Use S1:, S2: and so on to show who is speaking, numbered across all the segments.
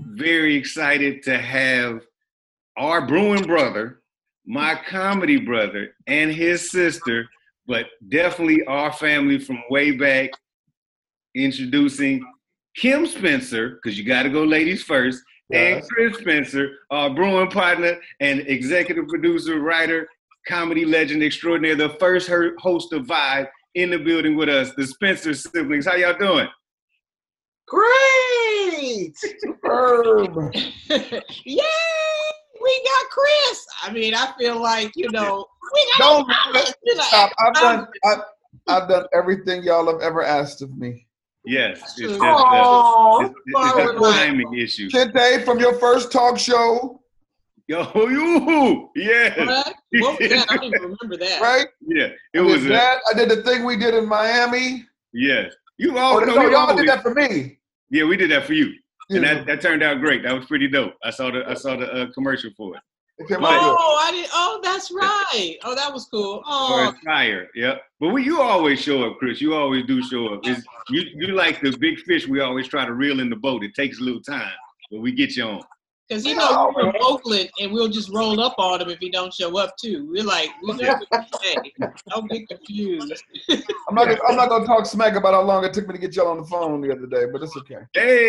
S1: very excited to have our brewing brother, my comedy brother, and his sister, but definitely our family from way back, introducing Kim Spencer, because you got to go ladies first, and
S2: Yes.
S1: Chris Spencer, our brewing partner and executive producer, writer, comedy legend extraordinaire, the first her- host of Vibe in the building with us, the Spencer siblings. How y'all doing?
S3: Great!
S2: Herb.
S3: Yay! We got Chris. I mean, I feel like you know we got.
S2: Don't
S3: You know,
S2: stop. I've done. I've, I've done everything y'all have ever asked of me.
S1: Yes, it's just a,
S3: Aw,
S1: it's, it's just a
S3: forward
S1: timing
S3: line.
S1: issue.
S2: Kente, from your first talk show,
S1: Yo, you, yeah,
S3: What? What was that? I don't even remember that.
S2: right?
S1: yeah, it
S2: I
S1: was
S2: did
S1: a,
S2: that. I did the thing we did in Miami.
S1: yes. You
S2: Oh,
S1: all know,
S2: no,
S1: we
S2: y'all
S1: always-
S2: did that for me.
S1: yeah, we did that for you, and
S2: Yeah.
S1: that, that turned out great. That was pretty dope. I saw the I saw the uh, commercial for it.
S2: It came out good.
S3: Oh, I did. Oh, that's right. Oh, that was cool.
S1: Or
S3: Oh,
S1: fire, yeah. But we, you always show up, Chris. You always do show up. It's, you you like the big fish. We always try to reel in the boat. It takes a little time, but we get you on.
S3: because you know we're from Oakland, and we'll just roll up on him if he don't show up too. We're like, we know
S1: Yeah.
S3: what you say. Don't get confused.
S2: I'm not. Gonna, I'm not gonna talk smack about how long it took me to get y'all on the phone the other day, but it's okay.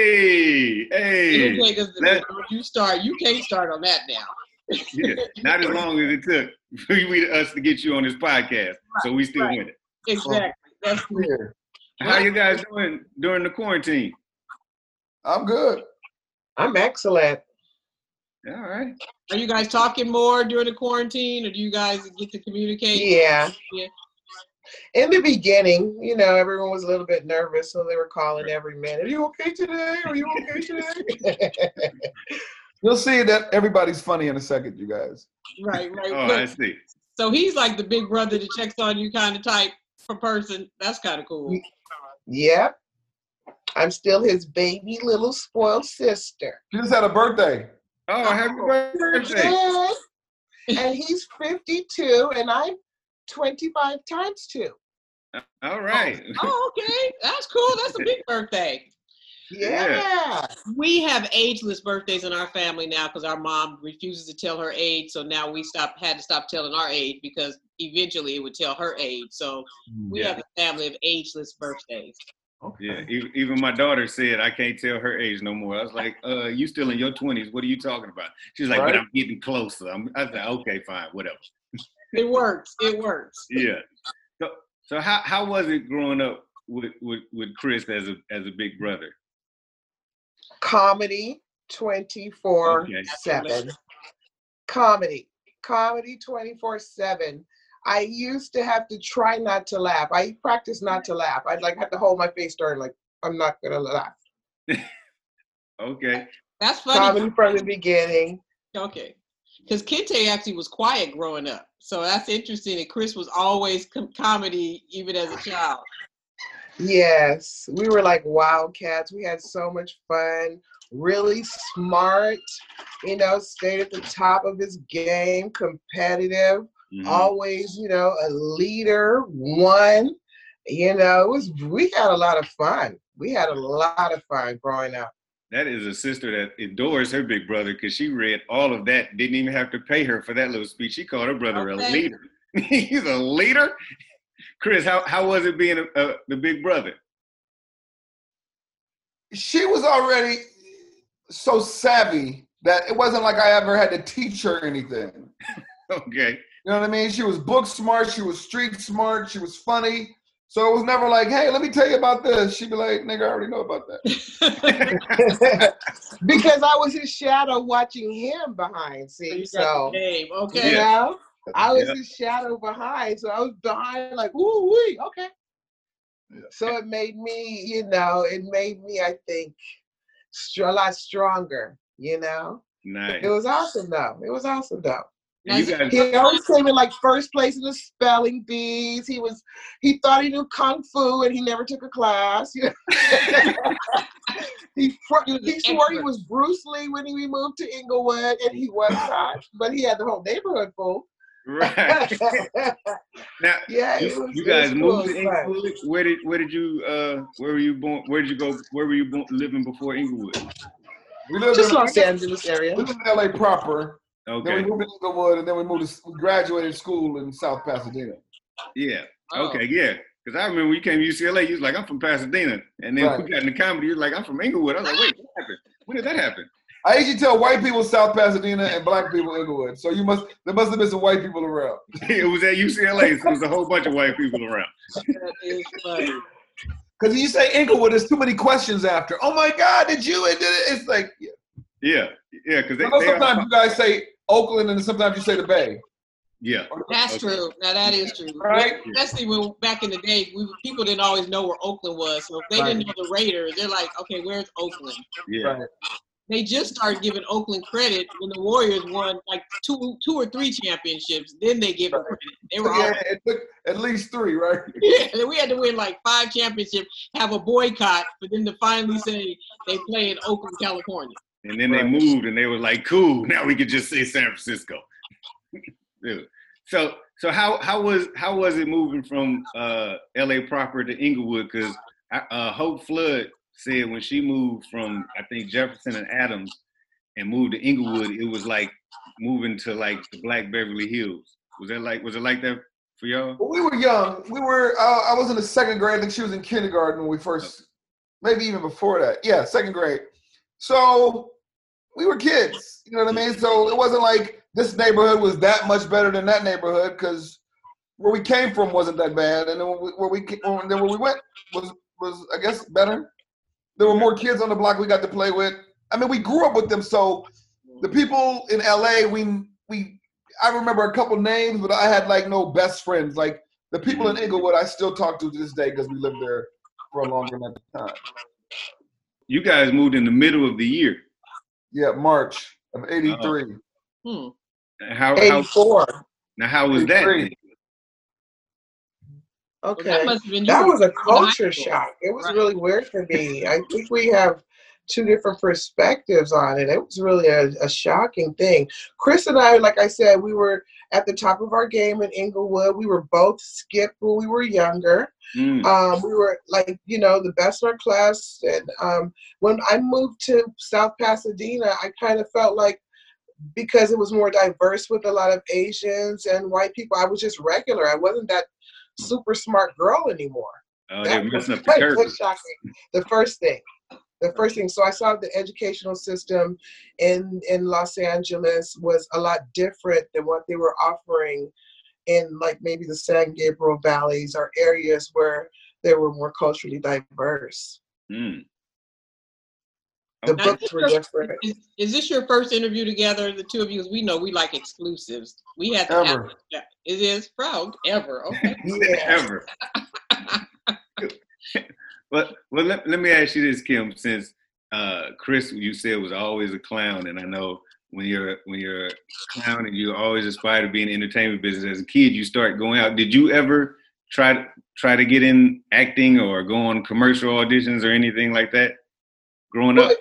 S1: Hey,
S3: It'll
S1: hey,
S3: take us-
S1: That-
S3: you start. You can't start on that now.
S1: yeah. Not as long as it took for we, us to get you on this podcast, so we still
S3: right.
S1: win it.
S3: Exactly. That's
S2: Here.
S1: How you guys doing during the quarantine?
S2: I'm good.
S4: I'm excellent.
S1: All right.
S3: Are you guys talking more during the quarantine, or do you guys get to communicate?
S4: Yeah.
S3: Yeah.
S4: In the beginning, you know, everyone was a little bit nervous, so they were calling every minute. Are you okay today? Are you okay today?
S2: You'll see that everybody's funny in a second, you guys.
S3: Right, right.
S1: Oh,
S3: Look,
S1: I see.
S3: so he's like the big brother that checks on you, kind of type for person. That's kind of cool.
S4: yep. I'm still his baby little spoiled sister.
S2: She just had a birthday.
S1: Oh, happy birthday!
S4: and he's 52, and I'm 25 times two.
S1: All right.
S3: Oh, okay. That's cool. That's a big birthday.
S4: Yeah.
S3: We have ageless birthdays in our family now because our mom refuses to tell her age. So now we stopped, had to stop telling our age because eventually it would tell her age. So we
S1: Yeah.
S3: have a family of ageless birthdays.
S1: Yeah, e- even my daughter said I can't tell her age no more. I was like, "Uh, you still in your twenties? What are you talking about?" She's like, "But
S2: Right.
S1: I'm getting closer." I'm, I said, "Okay, fine, whatever."
S3: It works. It works.
S1: Yeah. So, so how how was it growing up with with, with Chris as a as a big brother?
S4: comedy 24 7 comedy comedy 24 7 i used to have to try not to laugh i practiced not to laugh i'd like have to hold my face stern like i'm not gonna laugh
S1: Okay.
S3: That's funny.
S4: comedy from the beginning
S3: Okay. Because Kente actually was quiet growing up. So that's interesting that Chris was always com- comedy even as a child.
S4: yes we were like wildcats we had so much fun really smart you know stayed at the top of his game competitive
S1: Mhm.
S3: Oh,
S4: always, you know, a leader, one. You know, it was we had a lot of fun. We had a lot of fun growing up.
S1: That is a sister that adores her big brother because she read all of that. Didn't even have to pay her for that little speech. She called her brother a
S3: Okay.
S1: leader. He's a leader. Chris, how, how was it being a, a, the big brother?
S2: She was already so savvy that it wasn't like I ever had to teach her anything.
S1: Okay.
S2: You know what I mean? She was book smart, she was street smart, she was funny. So it was never like, hey, let me tell you about this. She'd be like, nigga, I already know about that.
S4: because I was his shadow watching him behind, see.
S3: You got
S4: So
S3: the game.
S4: you
S3: Okay.
S1: Yeah.
S4: know, I was
S1: Yeah.
S4: his shadow behind. So I was behind like, ooh, wee, okay. So it made me, you know, it made me, I think, str- a lot stronger, you know.
S1: Nice.
S4: It was awesome though. It was awesome though.
S1: And you guys,
S4: He always came in like first place in the spelling bees. He was he thought he knew kung fu and he never took a class. he fr-
S3: He was
S4: he
S3: an
S4: swore he
S3: expert.
S4: was Bruce Lee when we moved to Inglewood, and he was not. But he had the whole neighborhood full.
S1: right. Now,
S4: yeah, it
S1: you,
S4: was,
S1: you
S4: it was
S1: guys
S4: cool.
S1: moved
S4: It
S1: to
S4: was fun.
S1: Inglewood. Where did where did you uh where were you born? Where did you go? Where were you born, living before Inglewood?
S2: We lived
S4: Just
S2: in,
S4: Los Angeles area.
S2: we lived in LA proper. Then
S1: Okay.
S2: we moved to Inglewood, and then we moved to we graduated school in South Pasadena.
S1: Yeah.
S3: Oh.
S1: Okay. Yeah. Because I remember when you came to UCLA, you was like, I'm from Pasadena. And then
S2: Right.
S1: we got into comedy, you was like, I'm from Inglewood. I was like, wait, what happened? When did that happen?
S2: I usually tell white people South Pasadena and black people Inglewood. So you must there must have been some white people around.
S1: it was at UCLA, so there was a whole bunch of white people around.
S3: That is uh, funny.
S2: Because you say Inglewood, there's too many questions after. Oh my God, did you? And then it's like
S1: Yeah. Yeah. Because they,
S2: I know
S1: they
S2: sometimes
S1: are,
S2: you guys say Oakland, and sometimes you say the Bay.
S1: yeah.
S3: That's
S1: Okay.
S3: true. Now that is true.
S2: Right.
S3: Especially when back in the day, we people didn't always know where Oakland was. So if they didn't know the Raiders, they're like, okay, where's Oakland?
S1: Yeah.
S2: Right.
S3: They just started giving Oakland credit when the Warriors won like two, two or three championships. Then they give them
S2: Right.
S3: credit. They were
S2: Yeah,
S3: all
S2: it took at least three, right?
S3: yeah, we had to win like five championships, have a boycott, for them to finally say they play in Oakland, California.
S1: And then they
S2: Right.
S1: moved and they were like, cool, now we could just say San Francisco. Dude. so so how how was how was it moving from uh LA proper to Inglewood? Cause I, uh Hope Flood said when she moved from I think Jefferson and Adams and moved to Inglewood, it was like moving to like the black Beverly Hills. Was that like was it like that for y'all?
S2: Well, we were young. We were. Uh, I was in the second grade. I think she was in kindergarten when we first, maybe even before that. Yeah, second grade. So we were kids. You know what I mean? So it wasn't like this neighborhood was that much better than that neighborhood because where we came from wasn't that bad, and then where we, where we ca- and then where we went was was I guess better. There were more kids on the block we got to play with. I mean, we grew up with them, so the people in LA, we we I remember a couple names, but I had like no best friends. Like the people in Inglewood, I still talk to to this day because we lived there for a long amount of time.
S1: You guys moved in the middle of the year.
S2: Yeah, March of
S3: Uh-huh.
S2: '83.
S3: Hmm.
S1: How, how
S4: 84.
S1: now how was that?
S2: 83.
S3: Well,
S4: Okay.
S3: that must have been
S4: That
S3: you.
S4: was a
S3: high
S4: culture
S3: school.
S4: shock. It was
S3: Right.
S4: really weird for me. I think we have two different perspectives on it. It was really a, a shocking thing. Chris and I, like I said, we were at the top of our game in Inglewood. We were both skipped when we were younger.
S1: Mm,
S4: Um, we were like, you know, the best in our class. And um, when I moved to South Pasadena, I kind of felt like because it was more diverse with a lot of Asians and white people, I was just regular. I wasn't that super smart girl anymore
S1: oh, they're
S4: was
S1: messing up the
S4: that was
S1: curve.
S4: shocking. The first thing, the first thing. So I saw the educational system in in Los Angeles was a lot different than what they were offering in like maybe the San Gabriel valleys or areas where they were more culturally diverse.
S1: Mm.
S4: The
S1: Okay.
S4: books were different.
S3: Is, is this your first interview together, the two of you? 'Cause We know we like exclusives. We had to
S2: Ever.
S3: ask- It is proud ever. Okay.
S4: Yeah.
S1: ever. but well, let, let me ask you this, Kim. Since uh, Chris, you said was always a clown, and I know when you're when you're a clown and you always aspire to be in the entertainment business as a kid, you start going out. Did you ever try to try to get in acting or go on commercial auditions or anything like that? Growing up,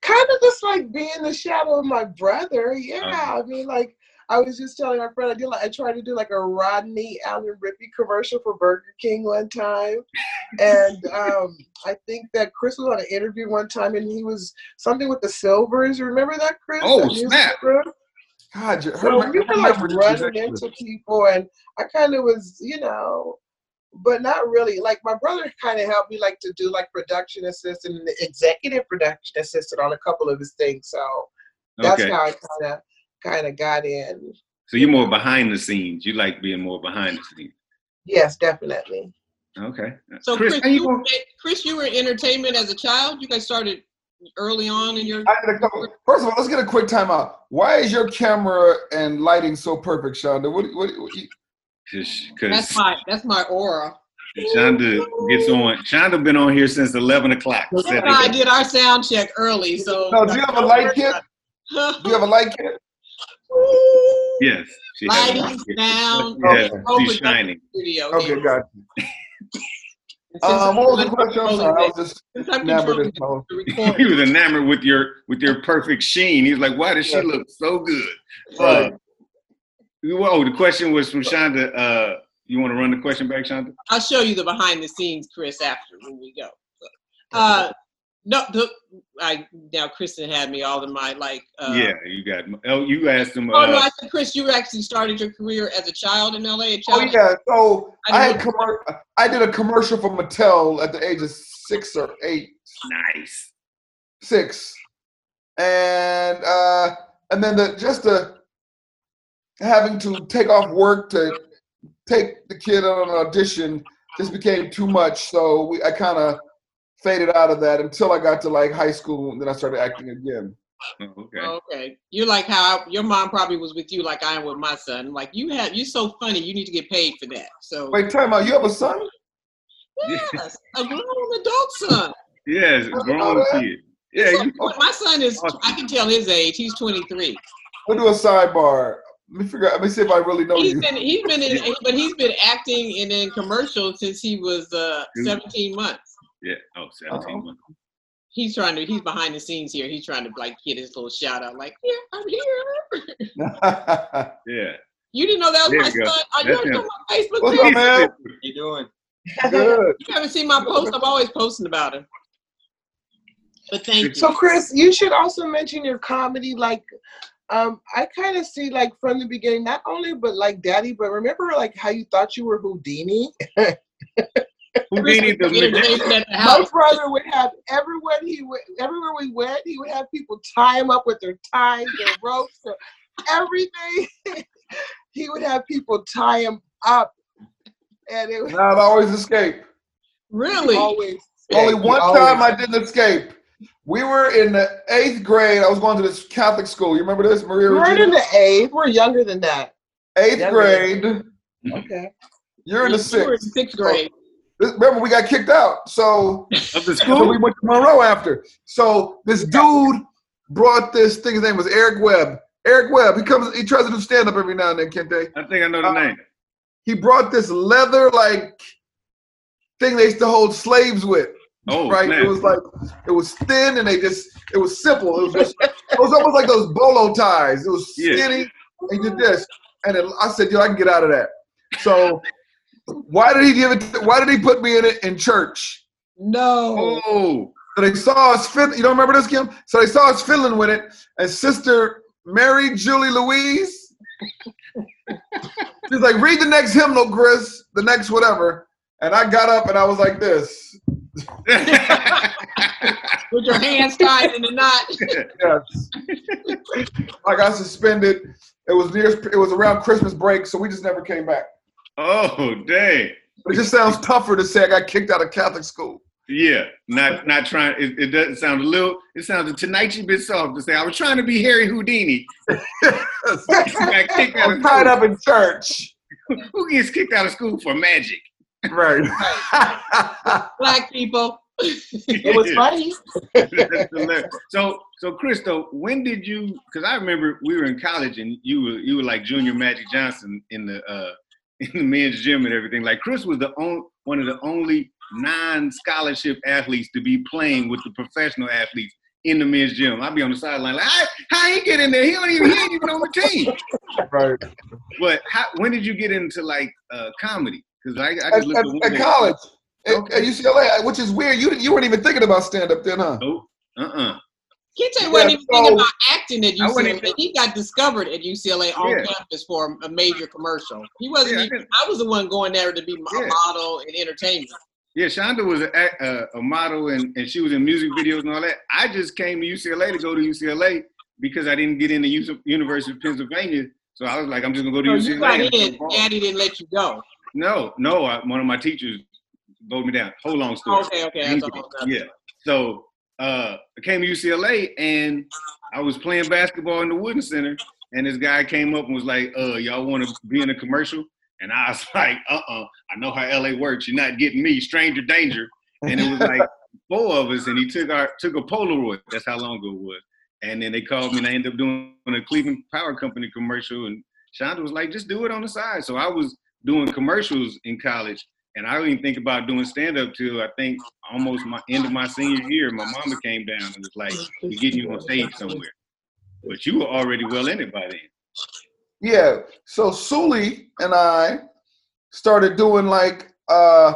S4: kind of just like being the shadow of my brother. Yeah,
S1: Uh-huh.
S4: I mean, like I was just telling my friend, I did like I tried to do like a Rodney Allen Rippey commercial for Burger King one time, and um, I think that Chris was on an interview one time, and he was something with the Silvers. Remember that, Chris?
S1: Oh,
S4: That music
S1: snap.
S4: group?
S2: God, you- her,
S4: So we were like
S2: her memory is
S4: running
S2: excellent.
S4: into people, and I kind of was, you know, but not really. Like my brother kind of helped me, like to do like production assistant and executive production assistant on a couple of his things. So that's
S1: okay.
S4: how I kind of kind of got in.
S1: So you're more behind the scenes. You like being more behind the scenes.
S4: Yes, definitely.
S1: Okay.
S3: So
S1: Chris,
S3: Chris,
S1: how you
S3: you,
S1: gonna-
S3: Chris, you were in entertainment as a child. You guys started early on in your.
S2: I did a couple. First of all, let's get a quick timeout. Why is your camera and lighting so perfect, Shonda? What, what, what you,
S1: Just
S3: That's
S1: because
S3: my that's my aura.
S1: Shonda gets on. Shonda been on here since eleven o'clock.
S4: That's
S1: Said
S4: what
S1: they-
S3: I did our sound check early, so.
S2: no, do you have a light kit? Do you have a light kit?
S1: Yes. she has a
S3: Lighting,
S1: rocket.
S3: sound,
S1: Yes,
S3: whole
S1: she's
S3: production
S1: shining.
S3: studio.
S2: Okay,
S3: here.
S2: got
S3: And
S2: you.
S3: since
S2: Um,
S3: I'm
S2: what was the
S3: controlling
S2: question? I'm sorry, I was
S3: it-
S2: just
S3: since I'm
S2: enamored
S3: controlling
S2: this moment.
S3: the
S1: he
S3: recording,
S1: was enamored with your with your perfect sheen. He was like, "Why does she
S2: Yeah.
S1: look so good?"
S2: Right.
S1: Uh, you- oh, the question was from Shonda. Uh, you want to run the question back, Shonda?
S3: I'll show you the behind the scenes, Chris, after when we go. Uh, No, the, I now Kristen had me all in my like. Uh,
S1: yeah, you got. Oh, you asked him.
S3: Oh
S1: uh,
S3: no, I said Chris, you actually started your career as a child in LA. A
S2: Oh
S3: child.
S2: yeah, so
S3: I
S2: I, had
S3: know-
S2: commer- I did a commercial for Mattel at the age of six or eight,
S1: nice.
S2: six, and uh, and then the, just the having to take off work to take the kid on an audition just became too much. So we, I kind of faded out of that until I got to like high school, and then I started acting again.
S1: Oh, okay.
S3: Oh, okay. You're like how your mom probably was with you, like I am with my son. Like you have, you're so funny. You need to get paid for that. So
S2: Wait, time out. You have a son?
S3: yes, a grown adult son.
S1: Yes,
S2: Oh,
S1: grown
S2: yeah.
S1: kid. Yeah,
S3: So,
S1: you,
S3: my son is. I can tell his age. He's 23.
S2: We'll do a sidebar. Let me figure out. Let me see if I really know
S3: He's
S2: you.
S3: been he's been in, but he's been acting and in commercials since he was uh, 17 months.
S1: yeah. Oh, 17
S2: Oh.
S1: months.
S3: He's trying to. He's behind the scenes here. He's trying to like get his little shout out. Like, yeah, I'm here.
S2: What's
S1: Yeah.
S3: You didn't know that was
S1: There
S3: my
S1: you go.
S3: son. Are you
S1: That's
S3: already
S1: him.
S3: on my Facebook
S2: up,
S3: page?
S2: man?
S5: you doing?
S2: Good.
S3: You haven't seen my post. I'm always posting about him. But thank you.
S4: So Chris, you should also mention your comedy. Like, um, I kind of see like from the beginning, not only but like Daddy, but remember like how you thought you were Houdini.
S1: Houdini the magician.
S3: Entertainment at the
S4: My
S3: house.
S4: brother would have everywhere he went, everywhere we went, he would have people tie him up with their ties, their ropes, their everything. he would have people tie him up, and it was
S2: Not always escape.
S3: Really?
S4: always
S2: Only one
S4: always-
S2: time I didn't escape. We were in the eighth grade. I was going to this Catholic school. You remember this, Maria?
S4: We're in
S2: Regina?
S4: the eighth. We're younger than that.
S2: Eighth
S4: Yeah.
S2: grade.
S4: Okay.
S2: You're in the
S3: You were in
S2: sixth.
S3: sixth grade.
S2: This- Remember, we got kicked out. So,
S1: of the
S2: so we
S1: school.
S2: went to Monroe after. So this dude brought this thing. His name was Eric Webb. Eric Webb. He comes. He tries to do stand up every now and then. Kente.
S1: I think I know the
S2: Uh,
S1: name.
S2: He brought this leather like thing they used to hold slaves with.
S1: Oh,
S2: right?
S1: snap.
S2: It was like it was thin and they just it was simple. It was just it was almost like those bolo ties. It was
S1: Yeah.
S2: skinny and did this. And then I said, yo, I can get out of that. So why did he give it why did he put me in it in church?
S3: No.
S1: oh,
S2: So they saw us fiddling. You don't remember this, Kim? So they saw us fiddling with it, and Sister Mary Julie Louise. She's like, read the next hymnal, Chris, the next whatever. And I got up and I was like this.
S1: Oh.
S3: With your hands tied in a knot.
S2: Yes. I got suspended. It was near. It was around Christmas break, so we just never came back.
S1: oh, dang.
S2: But it just sounds tougher to say I got kicked out of Catholic school.
S1: Yeah, not not trying. It, it doesn't sound a little. It sounds a tonight you bit soft to say. I was trying to be Harry Houdini.
S2: I
S1: I got kicked out
S2: was
S1: of
S2: tied
S1: school.
S2: up in church.
S1: Who gets kicked out of school for magic?
S2: Right.
S3: Black people.
S4: It was funny.
S1: That's hilarious. so so Christo, when did you? Because I remember we were in college and you were you were like Junior Magic Johnson in the uh, in the men's gym and everything. Like Chris was the only one of the only non-scholarship athletes to be playing with the professional athletes in the men's gym. I'd be on the sideline like, "How- how he get in there? He don't even he ain't even on the team.
S2: right.
S1: But how, when did you get into like uh, comedy? Because I, I
S2: At,
S1: just looked at, one
S2: at- at
S1: day-
S2: college, at,
S1: Okay.
S2: at UCLA, which is weird. You didn't- you weren't even thinking about stand up then, huh?
S1: Nope. Uh-uh.
S3: Kente wasn't even
S2: so-
S3: thinking about acting at
S1: I wasn't
S3: UCLA.
S1: even-
S3: He got discovered at UCLA on
S1: Yeah.
S3: campus for a major commercial. He wasn't
S1: Yeah, I
S3: even, I was the one going there to be my
S1: Yeah.
S3: model and entertainment.
S1: Yeah, Shonda was a, act- a, a model and, and she was in music videos and all that. I just came to UCLA to go to UCLA because I didn't get into U- University of Pennsylvania. So I was like, I'm just gonna go to
S3: So you got
S1: UCLA.
S3: in, daddy didn't let you go.
S1: No, no, I, one of my teachers voted me down. Whole long story.
S3: Okay, okay, that's a whole nother-
S1: Yeah. So uh, I came to UCLA and I was playing basketball in the Wooden Center, and this guy came up and was like, "Uh, y'all want to be in a commercial?" And I was like, "Uh-uh, I know how LA works. You're not getting me, stranger danger." And it was like four of us, and he took our took a Polaroid. That's how long ago it was. And then they called me, and I ended up doing a Cleveland Power Company commercial. And Shonda was like, "Just do it on the side." So I was doing commercials in college, and I didn't think about doing stand up till I think almost my end of my senior year, my mama came down and was like, "We're getting you on stage somewhere," but you were already well in it by then.
S2: Yeah. So Sully and I started doing like uh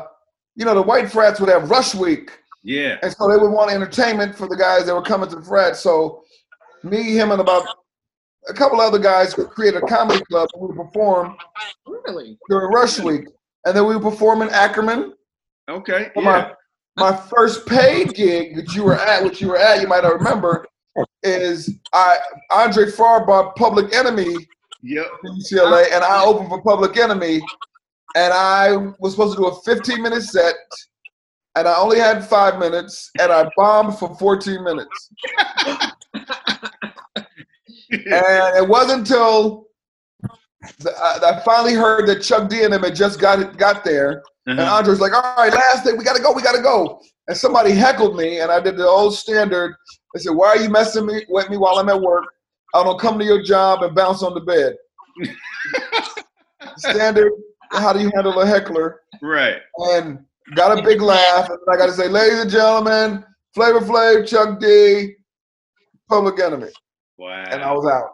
S2: you know the white frats would have rush week
S1: Yeah.
S2: And so they would want entertainment for the guys that were coming to the frat. So me, him, and about a couple other guys created a comedy club. And we would perform
S3: Really?
S2: during rush week, and then we would perform in Ackerman.
S1: Okay.
S2: Well,
S1: yeah.
S2: My first paid gig that you were at, which you were at, you might not remember, is I Andre Farr bought Public Enemy
S1: Yep.
S2: to UCLA, and I opened for Public Enemy, and I was supposed to do a 15 minute set, and I only had five minutes, and I bombed for 14 minutes. And it wasn't until the, I, I finally heard that Chuck D and them had just got got there, and
S1: Uh-huh.
S2: Andre's like, "All right, last thing, we gotta go, we gotta go." And somebody heckled me, and I did the old standard. They said, "Why are you messing me, with me while I'm at work? I don't come to your job and bounce on the bed." standard. How do you handle a heckler?
S1: Right.
S2: And got a big laugh, and I got to say, "Ladies and gentlemen, Flavor Flav, Chuck D, Public Enemy,"
S1: Wow.
S2: and I was out.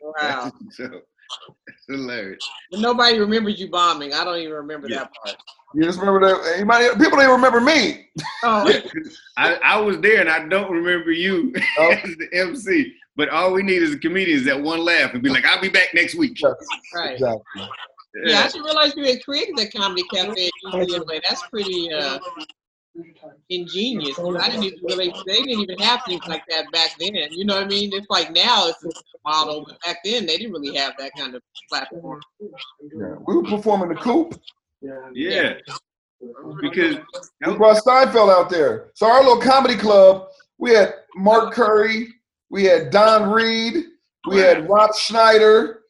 S3: Wow.
S1: so, that's hilarious.
S3: But nobody remembers you bombing. I don't even remember
S1: Yeah.
S3: that part.
S2: You just remember that. You might, people don't even remember me.
S3: Oh,
S1: Yeah, 'cause I, I was there and I don't remember you
S2: No.
S1: as the MC. But all we need is a comedian is that one laugh and be like, I'll be back next week.
S2: Yes,
S3: right.
S2: exactly.
S3: Yeah, I should realize you had created that comedy cafe at UCLA. That's pretty uh, ingenious. I didn't even really, they didn't even have things like that back then. You know what I mean? It's like now it's a model, but back then they didn't really have that kind of platform.
S2: Yeah. We were performing the coop.
S1: Yeah. Because
S2: We brought Seinfeld out there. So our little comedy club, we had Mark Curry, we had Don Reed, we had Rob Schneider,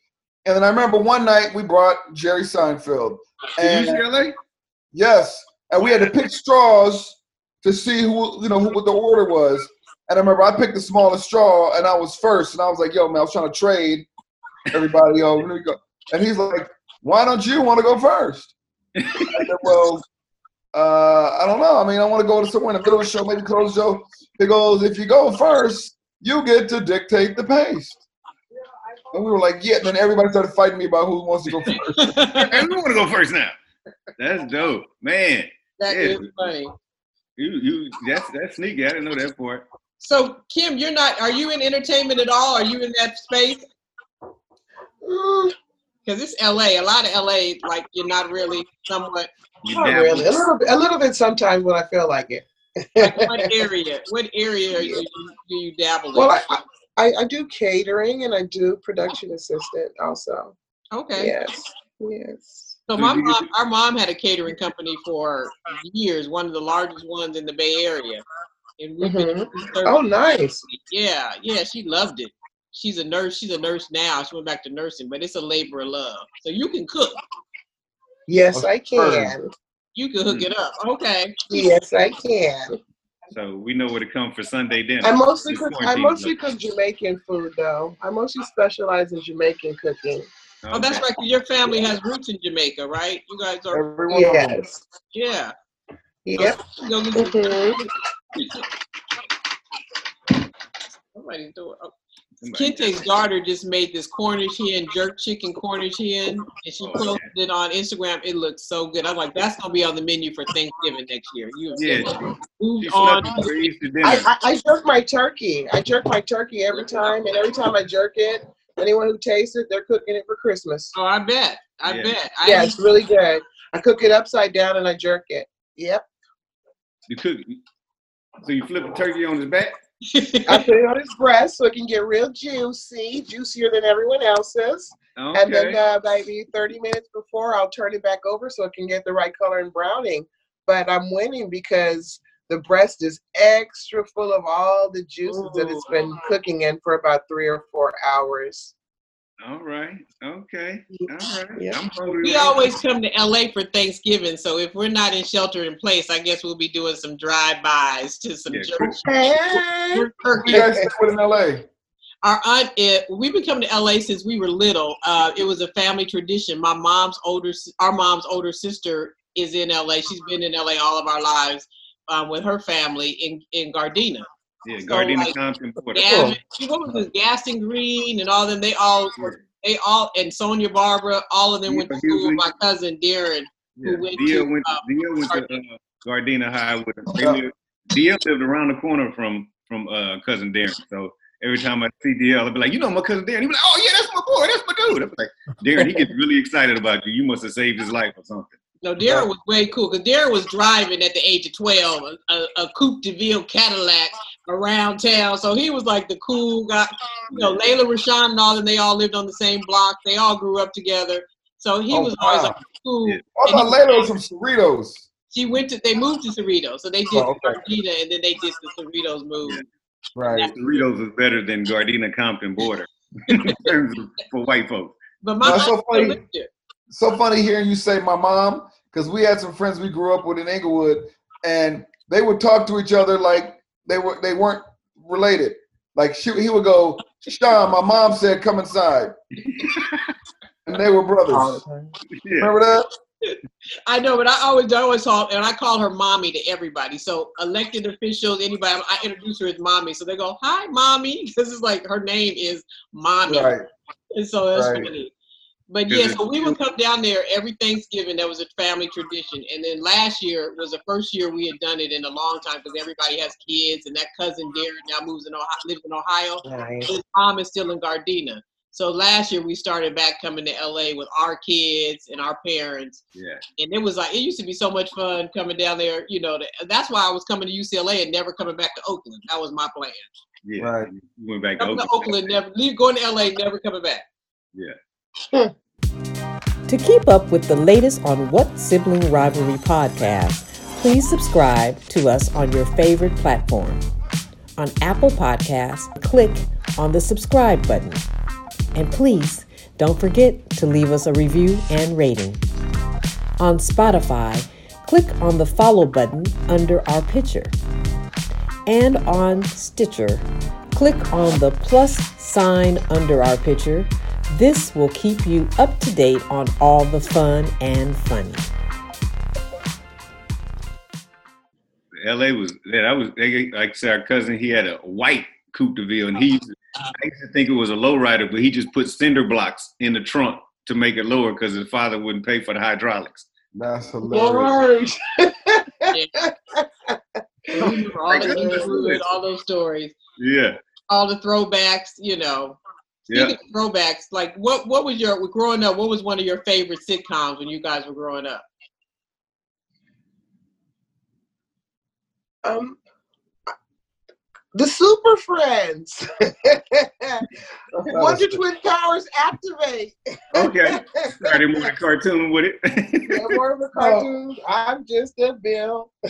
S2: and then I remember one night we brought Jerry Seinfeld.
S1: to
S2: And
S1: UCLA?
S2: yes, and we had to pick straws to see who you know who what the order was. And I remember I picked the smallest straw, and I was first, and I was like, "Yo, man, I was trying to trade everybody over." Here we go. And he's like, "Why don't you want to go first? I said, "Well, uh, I don't know. I mean, I want to go to somewhere in the middle of the show, maybe close the show." He goes, "If you go first, you get to dictate the pace." And we were like, "Yeah." And then everybody started fighting me about who wants to go first.
S3: that
S1: Hey, we want to go first now. That's dope. Man,
S3: is funny.
S1: you, you that's that's sneaky. I didn't know that part.
S3: So Kim, you're not. Are you in entertainment at all? Are you in that space? Because it's LA. A lot of LA, like you're not really somewhat.
S1: You
S4: Not
S1: dabble.
S4: really. A little, bit- a little bit sometimes when I feel like it.
S3: What area? What area are you, do you dabble in?
S4: well, I, I- I, I do catering and I do production assistant also.
S3: okay.
S4: Yes. Yes.
S1: So
S3: So my
S1: do you-
S3: mom, our mom had a catering company for years, one of the largest ones in the Bay Area, and we've
S1: Mm-hmm.
S3: been
S4: Mhm.
S3: serving-
S4: Oh, nice.
S3: Yeah, yeah, she loved it. She's a nurse. She's a nurse now. She went back to nursing, but it's a labor of love. So you can cook.
S4: Yes, I can.
S3: You can
S1: Hmm.
S3: hook it up. Okay.
S4: Yes, I can.
S1: So we know where to come for Sunday dinner.
S4: I mostly
S1: It's
S4: cook. I
S1: quarantine,
S4: mostly
S1: though.
S4: cook Jamaican food though. I mostly specialize in Jamaican cooking.
S3: Oh, that's
S1: Okay.
S3: right. 'cause Your family has roots in Jamaica, right? You guys are.
S2: Everyone,
S4: Yes.
S3: Yeah.
S4: Yep.
S3: Go get your-
S4: Mhm.
S3: somebody's door. Oh,
S1: Somebody-
S3: Kente's daughter just made this cornish hen, jerk chicken cornish hen, and she
S1: Oh,
S3: posted it on Instagram. It looks so good. I'm like, that's gonna be on the menu for Thanksgiving next year. You have
S1: Yeah,
S3: yeah. moved
S1: she
S3: on.
S1: slept for Easter dinner.
S4: Oh, I, I, I jerk my turkey. I jerk my turkey every time, and every time I jerk it, anyone who tastes it, they're cooking it for Christmas.
S3: Oh, I bet. I
S1: Yeah.
S3: bet. I
S4: Yeah, it's really good. I cook it upside down and I jerk it. Yep.
S1: you cook. So you flip a turkey on his back?
S4: I put it on his breast so it can get real juicy, juicier than everyone else's.
S1: Okay.
S4: And then uh, maybe 30 minutes before, I'll turn it back over so it can get the right color and browning. But I'm winning because the breast is extra full of all the juices that it's been cooking in for about three or four hours.
S1: All right. Okay. All right.
S4: Yeah.
S1: I'm hungry.
S3: we
S1: right
S3: always come to LA for Thanksgiving, so if we're not in shelter in place, I guess we'll be doing some drive-bys to some
S1: Yeah,
S3: jerk
S1: Chris-
S4: Hey.
S3: jerk turkey.
S2: you guys stay with in L.A.
S3: our aunt eh, we've been coming to la since we were little uh, it was a family tradition my mom's older s- our mom's older sister is in la she's been in la all of our lives um, with her family in, in gardena
S1: Yeah,
S3: So,
S1: Gardena
S3: like,
S1: Compton Porter.
S3: Gavin, what was this gaston green and all them they all they all and sonia barbara all of them went to school with my cousin darren
S1: Yeah.
S3: who went
S1: Dia
S3: to,
S1: went.
S3: uh,
S1: Dia went to. Uh, Gardena High with him. They lived, DL lived around the corner from from uh, cousin Darren. So every time I see DL, I'll be like, you know my cousin Darren. He'll be like, oh yeah, that's my boy, that's my dude. I'm like, Darren, he gets really excited about you. You must have saved his life or something.
S3: No, Darren was way cool because Darren was driving at the age of 12 a, a Coupe de Ville Cadillac around town. So he was like the cool guy. You know, Layla Rashawn and all, and they all lived on the same block. They all grew up together. So he
S2: Oh,
S3: was always
S2: wow.
S3: like cool.
S1: Yeah.
S2: I
S3: And
S2: thought
S3: he-
S2: Lalo was from Cerritos.
S3: She went to, they moved to Cerritos. So they did
S2: Oh, okay.
S3: Gardena and then they did the Cerritos move.
S1: Yeah.
S2: Right.
S1: Doritos is better than Gardena Compton border in terms of for white folks.
S3: But my
S2: That's so
S3: aunt still
S2: funny.
S3: lived there.
S2: So funny hearing you say my mom, because we had some friends we grew up with in Englewood, and they would talk to each other like they were they weren't related. Like she, he would go, Sean, my mom said, come inside. and they were
S4: Oh,
S2: brothers.
S1: Yeah.
S2: Remember that?
S3: I know, but I always, I always call, and I call her mommy to everybody. So elected officials, anybody, I introduce her as mommy. So they go, "Hi, mommy," because it's like her name is mommy,
S2: Right.
S3: and so that's
S2: right.
S3: funny. But
S1: Is
S3: yeah,
S1: it-
S3: so we would come down there every Thanksgiving. That was a family tradition, and then last year was the first year we had done it in a long time because everybody has kids, and that cousin Darren now moves in Ohio, lives in Ohio.
S4: Nice.
S3: His mom is still in Gardena. So last year we started back coming to LA with our kids and our parents
S1: Yeah.
S3: and it was like it used to be so much fun coming down there. You know, to, that's why I was coming to UCLA and never coming back to Oakland. That was my plan.
S1: Yeah.
S2: Right.
S1: You Went back to
S3: Coming to
S1: Oakland.
S3: Oakland, never leave, going to LA, never coming back.
S1: Yeah.
S5: To keep up with the latest on What Sibling Rivalry podcast, please subscribe to us on your favorite platform. On Apple Podcasts, click on the subscribe button. And please don't forget to leave us a review and rating. On Spotify, click on the follow button under our picture. And on Stitcher, click on the plus sign under our picture. This will keep you up to date on all the fun and funny.
S1: LA was yeah, that was they, like I said, our cousin he had a white coupe de ville, and he used to, I used to think it was a lowrider, but he just put cinder blocks in the trunk to make it lower because his father wouldn't pay for the hydraulics.
S2: That's hilarious.
S4: Lord.
S3: And we remember all the neighborhood, all those stories,
S1: Yeah,
S3: all the throwbacks. You know,
S1: yeah.
S3: speaking of throwbacks, like what what was your growing up? What was one of your favorite sitcoms when you guys were growing up?
S4: Um, the Super Friends. Wonder Twin Powers activate.
S1: Okay, started moving a cartoon with
S4: They're
S1: it.
S4: more of a cartoon. I'm just a bill.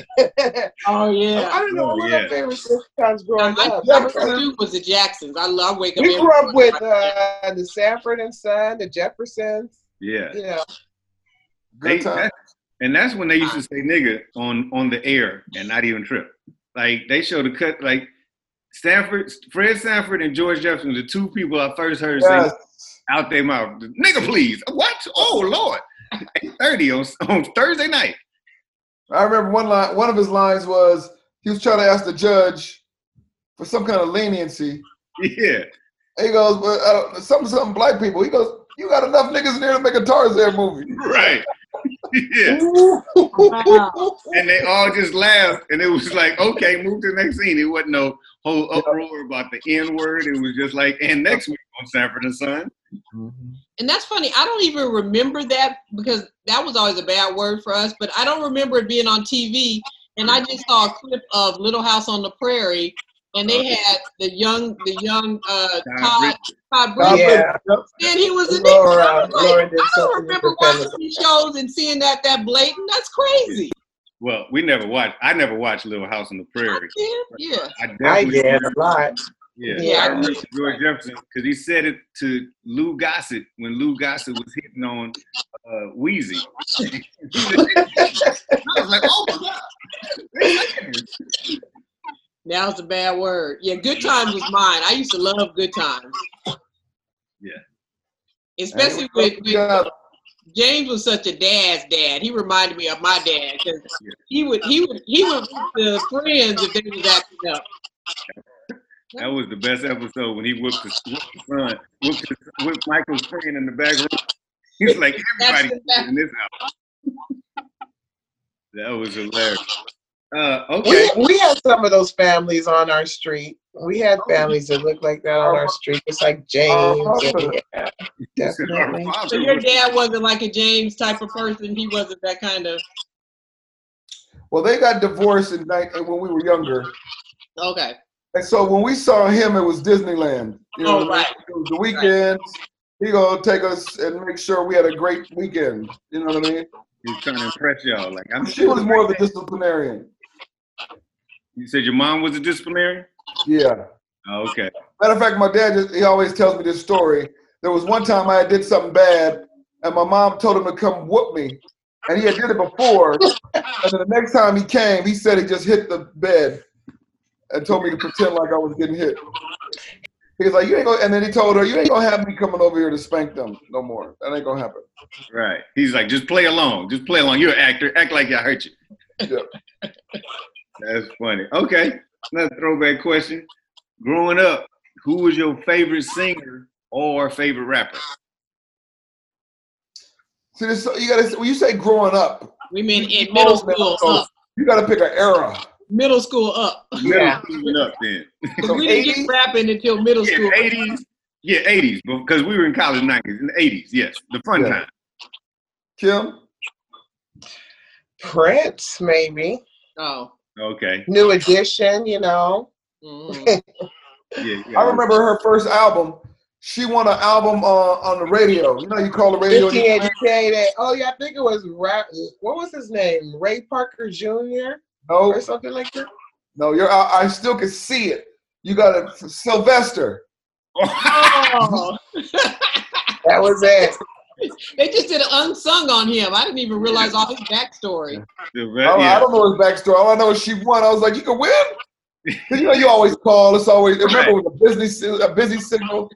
S3: Oh
S4: I
S3: yeah.
S4: don't know
S1: Oh,
S4: what my
S1: yeah.
S4: favorite sitcoms growing
S3: My
S4: up.
S3: number two was the Jacksons. I love I wake up.
S4: We
S3: every
S4: grew up
S3: morning
S4: with
S3: watching that.
S4: uh, the Sanford and Son, the Jeffersons.
S1: yeah,
S4: You know,
S1: they,
S2: Good time.
S1: that- and that's when they used to say nigga on on the air and not even trip. Like they showed a cut like. Stanford, Fred Sanford, and George Jefferson, the two people I first heard say
S4: Uh,
S2: Yes.
S1: out their mouth. Nigga, please. What? Oh Lord. 30 on, on Thursday night.
S2: I remember one line. One of his lines was he was trying to ask the judge for some kind of leniency.
S1: Yeah.
S2: He goes, but uh, some some black people. He goes, you got enough niggas in here to make a Tarzan movie.
S1: Right. yeah. And they all just laughed. And it was like, okay, move to the next scene. It wasn't no whole uproar about the N-word. It was just like, and next week on Sanford and Son.
S3: And that's funny. I don't even remember that because that was always a bad word for us. But I don't remember it being on TV. And I just saw a clip of Little House on the Prairie, and they had the young, the young uh, Todd, Todd Bridges,
S4: Yeah.
S3: and he was in it. And I
S4: Laura,
S3: was like,
S4: Laura
S3: I
S4: did
S3: don't
S4: something with
S3: remember
S4: the
S3: watching
S4: family.
S3: these shows and seeing that that blatant. That's crazy.
S1: Well, we never watched. I never watched Little House on the
S3: I
S1: Prairie.
S3: did, yeah.
S1: I
S4: I
S1: definitely
S4: did a lot.
S1: Yeah,
S3: Yeah,
S1: I
S3: I
S1: remember
S3: did.
S1: George Jefferson because he said it to Lou Gossett when Lou Gossett was hitting on uh, Wheezy. I was like, oh my god. They're saying it.
S3: Now's a bad word. Yeah, Good Times was mine. I used to love Good Times.
S1: Yeah.
S3: Especially with, with James was such a dad's dad. He reminded me of my dad because
S1: Yeah.
S3: he would he would he would whip the friends if they was acting up.
S1: That was the best episode when he whipped his, whipped his son, whipped, his, whipped Michael's friend in the back room. He was like,
S3: That's
S1: everybody
S3: the best.
S1: in this house. That was hilarious. Uh, okay.
S4: We, we had some of those families on our street. We had families that looked like that on our street, just like James. and- yeah, definitely.
S1: Our father
S3: So your
S1: was-
S3: dad wasn't like a James type of person. He wasn't that kind of.
S2: Well, they got divorced in night when we were younger,
S3: Okay.
S2: and so when we saw him, it was Disneyland. You know,
S3: Oh, right.
S2: it was the weekend. He gonna take us and make sure we had a great weekend. You know what I mean?
S1: he was trying to impress y'all. Like I'm
S2: She was more of a disciplinarian.
S1: You said your mom was a disciplinarian.
S2: Yeah.
S1: Oh, okay.
S2: Matter of fact, my dad just, he always tells me this story. There was one time I did something bad, and my mom told him to come whoop me, and he had did it before. and then the next time he came, he said he just hit the bed, and told me to pretend like I was getting hit. He was like, "You ain't gonna," and then he told her, "You ain't gonna have me coming over here to spank them no more. That ain't gonna happen."
S1: Right. He's like, just play along. Just play along. You're an actor. Act like I hurt you. That's funny. Okay. Another throwback question. Growing up, who was your favorite singer or favorite rapper?
S2: See, this, you gotta when you say growing up,
S3: We mean in middle school up.
S2: you gotta pick an era.
S3: Middle school up.
S4: Yeah.
S1: Growing up then.
S3: 'Cause we didn't get
S2: 80s?
S3: rapping until middle
S1: Yeah,
S3: school.
S1: 80s. Yeah, 80s. Because we were in college 90s. In the 80s, yes. The fun
S2: Yeah.
S1: time.
S2: Kim,
S4: Prince, maybe.
S3: Oh.
S1: Okay.
S4: New Edition, you know.
S3: mhm.
S1: Yeah, yeah.
S2: I remember her first album. She won an album uh, on the radio. You know, you call the radio. and you
S4: Fifty Educated. Oh, yeah, I think it was Ra- what was his name? Ray Parker Jr.
S2: No,
S4: or something like that.
S2: no, you're. I, I still can see it. You got a Sylvester.
S3: Oh.
S4: That was it.
S3: they just did an unsung on him. I didn't even realize all his backstory.
S2: Oh, I,
S1: Sylvester-
S2: don't- I
S1: yeah.
S2: don't know his backstory. All I know is she won. I was like, you can win. 'Cause you know, you always call. It's always remember it was a busy si- a busy signal,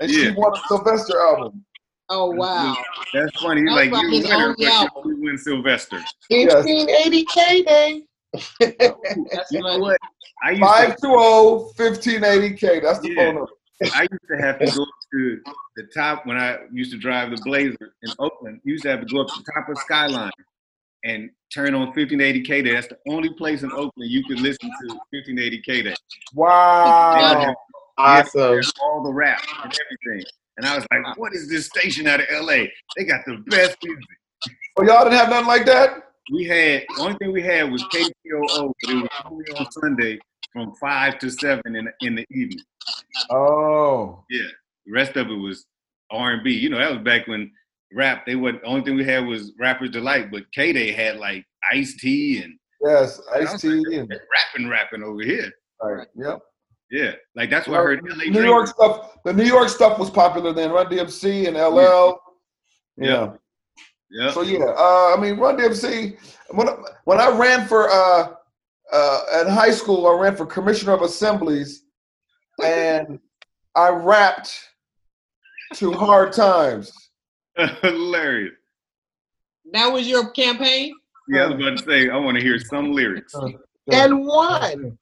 S2: and she
S1: Yeah.
S2: won a Sylvester album.
S3: Oh wow.
S1: That's funny. He's
S3: That was
S1: like,
S3: about
S1: you
S3: his
S1: winner,
S3: only
S1: but you
S3: album.
S1: only win Sylvester.
S2: Yes.
S4: 1580K Day.
S3: That's
S1: You know
S3: funny.
S1: what? I used to
S2: oh, 520-1580K. That's the
S1: Yeah.
S2: phone number.
S1: I used to have to go up to the top when I used to drive the Blazer in Oakland. Used to have to go up to the top of Skyline and turn on 1580K Day. That's the only place in Oakland you could listen to 1580K Day.
S2: Wow.
S4: Awesome.
S1: All the rap and everything. And I was like, what is this station out of LA? They got the best music.
S2: Oh, y'all didn't have nothing like that.
S1: We had, the only thing we had was KPOO, but it was only on Sunday from 5 to 7 in, in the evening.
S2: Oh,
S1: Yeah. The rest of it was R and B. You know, that was back when rap they were the only thing we had was Rapper's Delight, but K Day had like Ice T and
S2: yes,
S1: I
S2: Ice
S1: was
S2: T.
S1: like,
S2: and-
S1: "They're rapping rapping over here.
S2: Right. Yep.
S1: Yeah. Like that's why I
S2: Well,
S1: heard LA
S2: New
S1: Dream.
S2: York stuff. The New York stuff was popular then. Run DMC and LL.
S1: Yeah.
S2: yeah.
S1: Yeah.
S2: So yeah, uh, I mean, Run DMC. When I, when I ran for uh, uh, in high school, I ran for commissioner of assemblies, and I rapped to "Hard Times."
S1: Hilarious.
S3: That was your campaign?
S1: Yeah, I was about to say, I want to hear some lyrics.
S4: And one.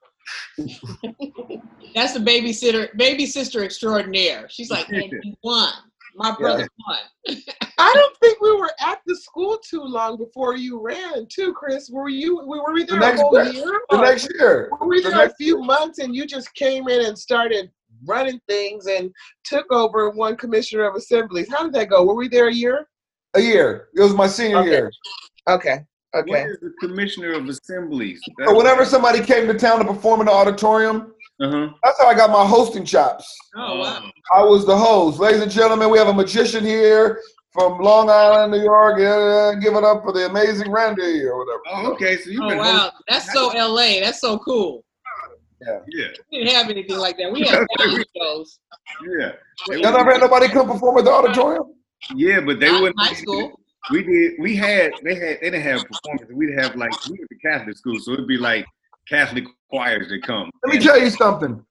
S3: That's the babysitter, baby sister extraordinaire. She's like, and he won. My brother won.
S4: I don't think we were at the school too long before you ran, too, Chris. Were you? We were we there
S2: next
S4: a whole
S2: batch.
S4: year?
S2: The
S1: Oh.
S4: Or
S2: next year,
S4: were we
S2: the
S4: there a
S2: next-
S4: few months, and you just came in and started running things and took over one commissioner of assemblies? How did that go? Were we there a year?
S2: a year. It was my senior
S4: Okay.
S2: year.
S4: Okay.
S1: What
S4: Okay.
S1: is the commissioner of assemblies?
S2: So whenever somebody came to town to perform in the auditorium,
S1: uh-huh.
S2: that's how I got my hosting chops.
S3: Oh wow.
S2: I was the host. Ladies and gentlemen, we have a magician here from Long Island, New York. Yeah, give it up for the amazing Randy or whatever.
S1: Oh, okay. So you've
S3: Oh
S1: been
S3: wow. That's so LA. That's so cool.
S1: hosting- Yeah.
S3: We didn't have anything like that. We had talent shows.
S1: Yeah. They
S2: Y'all never had nobody come perform at the auditorium?
S1: Yeah, but they
S3: Not in
S1: wouldn't
S3: high school.
S1: We did. We had. They had. They didn't have performances. We'd have like we were the Catholic school, so it'd be like Catholic choirs that come.
S2: Let me tell you something.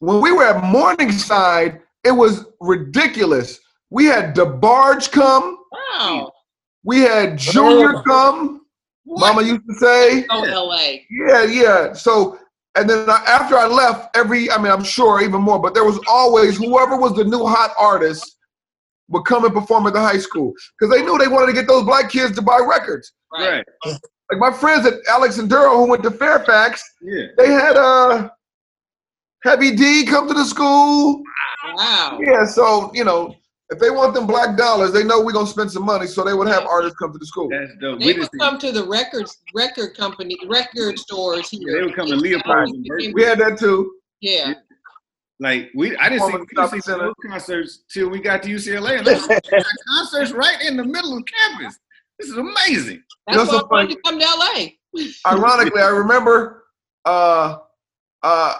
S2: When we were at Morningside, it was ridiculous. We had DeBarge come.
S3: Wow.
S2: We had Junior come.
S3: What?
S2: Mama used to say.
S3: So LA.
S2: Yeah, yeah. So, and then I, after I left, every, I mean, I'm sure even more, but there was always whoever was the new hot artist would come and perform at the high school because they knew they wanted to get those black kids to buy records.
S3: Right.
S1: Right.
S2: Like my friends at Alex and Duro who went to Fairfax,
S1: Yeah.
S2: they had uh Heavy D come to the school.
S3: Wow.
S2: Yeah, so you know, if they want them black dollars, they know we're gonna spend some money, so they would have artists come to the school.
S1: That's dope. We
S3: They would
S1: just-
S3: come to the records, record company, record stores here.
S1: They would come to Leopold and Berkeley.
S2: We had that too.
S3: Yeah.
S1: like we, I didn't see,
S2: Performance
S1: we didn't see
S2: Center.
S1: those concerts till we got to UCLA, and those concerts right in the middle of campus. This is amazing.
S3: That's
S2: That's
S3: why I
S2: so
S3: wanted to come to LA.
S2: Ironically, I remember uh uh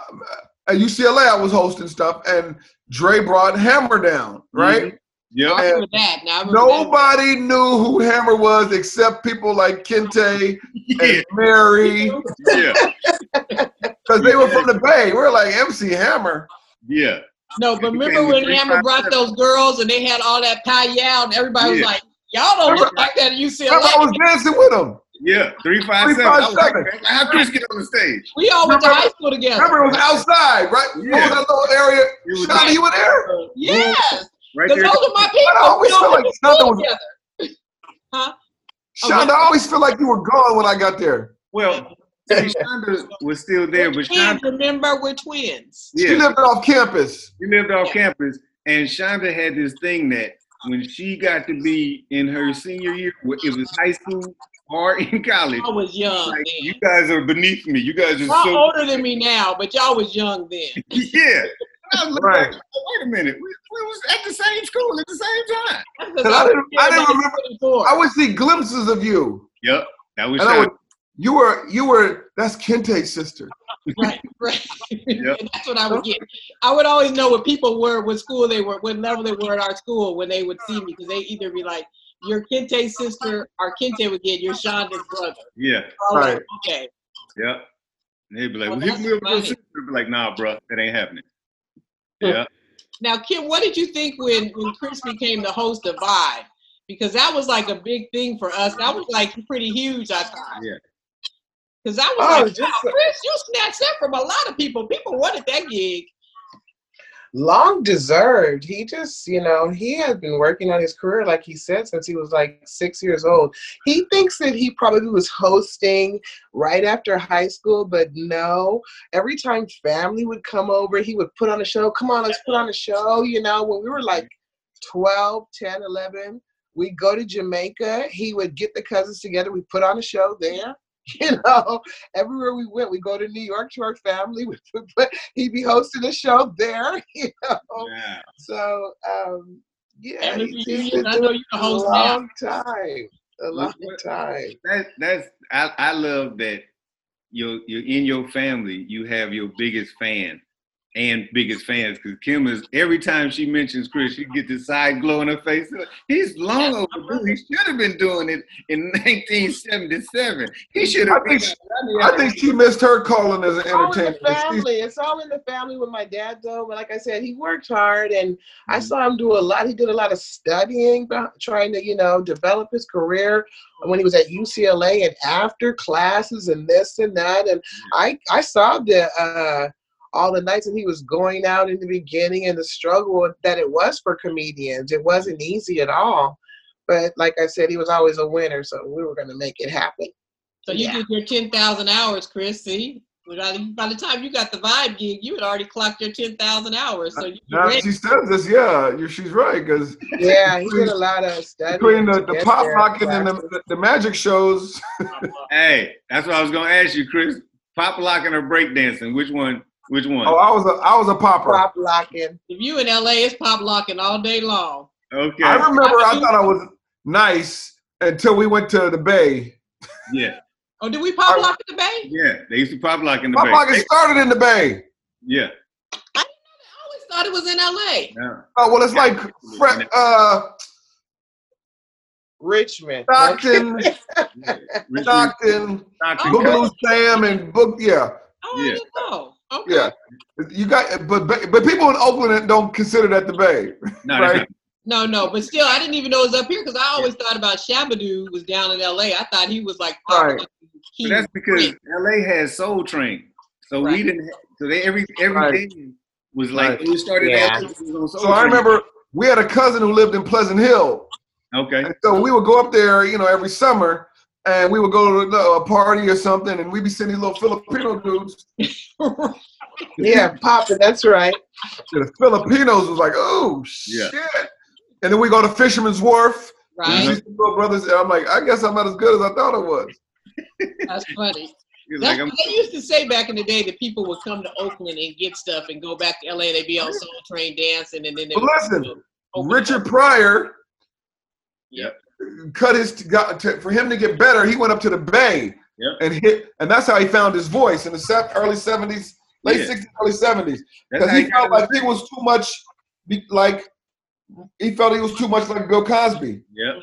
S2: at UCLA I was hosting stuff and Dre brought Hammer down, right?
S1: Mm-hmm. Yeah,
S3: I remember that. Now I remember that.
S2: Nobody knew who Hammer was except people like Kente
S1: yeah,
S2: and Mary,
S1: yeah,
S2: because they were from the Bay. We are like MC Hammer.
S1: yeah.
S3: No, but
S1: It became
S3: remember
S1: the
S3: when
S1: three
S3: Hammer
S1: five
S3: brought
S1: seven.
S3: those girls and they had all that pie yow and everybody was
S1: Yeah.
S3: like, y'all don't look like that at
S2: Remember, I
S3: UCLA.
S2: was dancing with him.
S1: Yeah, three five seven. I was like, man, how Chris get on the stage?
S3: We all went to
S2: Remember-
S3: high school together.
S2: Remember, it was outside, right?
S1: Yeah.
S2: What was that little area?
S1: It was
S2: Shawty, you were there?
S3: Yes,
S1: right
S3: because
S1: there.
S3: those are my people.
S2: I always
S3: We all
S2: feel like
S3: went to
S2: something
S3: school
S2: was-
S3: together.
S2: Shonda, I always feel like you were gone when I got there.
S1: Well, see, Shonda was still there,
S3: We're
S1: but
S3: twins,
S1: Shonda,
S3: remember, we're twins.
S2: She
S1: yeah,
S2: lived off campus.
S1: she lived off
S3: Yeah.
S1: campus, and Shonda had this thing that when she got to be in her senior year, wh- it was high school or in college.
S3: I was young
S1: Like, you
S3: then.
S1: guys are beneath me. You guys are
S3: Y'all
S1: so
S3: older than me now, but y'all was young then.
S1: yeah. I was like, "Oh,
S2: Right.
S1: wait a minute, we, we was at the same school at the same time.
S3: That's
S2: And
S3: because
S2: I
S3: I,
S2: didn't- I didn't remember- I
S3: remember.
S2: would see glimpses of you.
S1: Yep, that was
S2: And I
S1: Shonda.
S2: would, you were, you were, that's Kente's sister.
S3: Right, right. And that's what I would get. I would always know what people were, what school they were, what level they were at our school when they would see me, because they either be like, "Your Kente's sister," or Kente would get, "Your Shonda's brother."
S1: yeah,
S3: I was like,
S2: Right.
S3: okay.
S1: yep. And they'd be like,
S3: Well,
S1: well, you
S3: that's
S1: can live with your
S3: funny.
S1: sister. I'd Be like, nah, bro, that ain't happening. Yeah,
S3: Now, Kim, what did you think when when Chris became the host of Vibe? Because that was like a big thing for us. That was like pretty huge, I thought.
S1: Yeah.
S3: Because I was
S4: Oh,
S3: like,
S4: just a
S3: Chris, you snatched that from a lot of people. People wanted that gig.
S4: long deserved. He just, you know, he has been working on his career, like he said, since he was like six years old. He thinks that he probably was hosting right after high school, but no. Every time family would come over, he would put on a show. Come on, let's put on a show. You know, when we were like 12, 10, 11, we'd go to Jamaica. He would get the cousins together. We put on a show there. You know, everywhere we went, we go to New York to our family. We put he'd be hosting a show there, you
S3: Oh.
S4: know.
S1: yeah.
S4: So um, yeah,
S3: Family
S4: he's
S3: reunion,
S4: been
S3: I know
S4: doing
S3: you the
S4: a
S3: host now.
S4: long time, a long time.
S1: That that's I, I love that you're you're in your family. You have your biggest fan and biggest fans because Kim is every time she mentions Chris, she gets this side glow in her face. He's long overdue. He should have been doing it in 1977. He should
S2: I
S1: have been.
S2: think, I think she missed her calling as an
S4: all in the
S2: entertainer. She-
S4: family. It's all in the family with my dad, though. But like I said, he worked hard, and I saw him do a lot. He did a lot of studying, but trying to, you know, develop his career when he was at UCLA and after classes and this and that. And I, I saw the uh, all the nights that he was going out in the beginning and the struggle that it was for comedians. It wasn't easy at all. But like I said, he was always a winner, so we were going to make it happen.
S3: So you
S4: Yeah.
S3: did your ten thousand hours, Chris. See, by the, by the time you got the Vibe gig, you had already clocked your ten thousand hours. So you were
S2: Now
S3: ready.
S2: that she says this, yeah, you- she's right because
S4: Yeah, he did a lot of studying.
S2: between the,
S4: to
S2: the
S4: get
S2: pop
S4: there.
S2: locking and the, the, the magic shows,
S1: Hey, that's what I was gonna ask you, Chris. Pop locking or breakdancing? Which one? Which one?
S2: oh, I was a I was a popper.
S4: pop locking.
S3: If you in LA, it's pop locking all day long.
S1: okay.
S2: I remember I thought I was nice until we went to the Bay.
S1: yeah,
S3: Oh, did we pop
S2: I-
S3: lock in the bay?
S1: yeah. They used to pop lock in the
S2: Pop
S1: back.
S2: locking started in the Bay.
S1: Yeah.
S3: I always thought it was in LA.
S1: No.
S2: Oh well, it's like Fre- uh,
S4: Richmond.
S2: Stockton,
S1: Yeah. Richmond,
S2: Stockton,
S1: Stockton,
S2: Boogaloo Sam, and Book. Yeah,
S3: Oh, I
S1: Yeah.
S3: didn't know. Okay.
S2: yeah. You got, but but people in Oakland don't consider that the Bay.
S1: No, that's
S2: Right.
S1: not-
S3: No, no, but still, I didn't even know it was up here because I always thought about Shabadoo was down in LA. I thought he was like pop
S2: Right.
S3: locking
S1: but
S3: king.
S1: that's because LA has Soul Train, so we
S3: Right.
S1: didn't. ha- So they every
S2: Right.
S1: everything was like
S2: Right.
S1: we started
S4: Yeah.
S1: out with on Soul
S2: So I
S1: Train.
S2: remember we had a cousin who lived in Pleasant Hill,
S1: Okay.
S2: and so we would go up there, you know, every summer. and we would go to a party or something, and we'd be sending little Filipino dudes.
S4: yeah, popping. That's right.
S2: And the Filipinos was like, oh
S1: Yeah. Uh-huh.
S2: shit, and then we go to Fisherman's Wharf. and
S3: right?
S2: see some little brothers, and I'm like, I guess I'm not as good as I thought I was.
S3: That's funny.
S1: He's
S3: That's
S1: like, I'm,
S3: what they used to say back in the day that people would come to Oakland and get stuff and go back to LA. They'd be on Soul Train dancing and then they
S2: But listen,
S3: open-
S2: Richard Pryor.
S1: Oh, Yep.
S2: Cut his got to, for him to get better. He went up to the Bay
S1: Yep.
S2: and hit, and that's how he found his voice in the se- early seventies, late
S1: Yeah.
S2: sixties, early seventies.
S1: that's
S2: Because
S1: how
S2: he
S1: you
S2: felt
S1: got
S2: like he was too much, be- like he felt he was too much like Bill Cosby.
S1: Yep.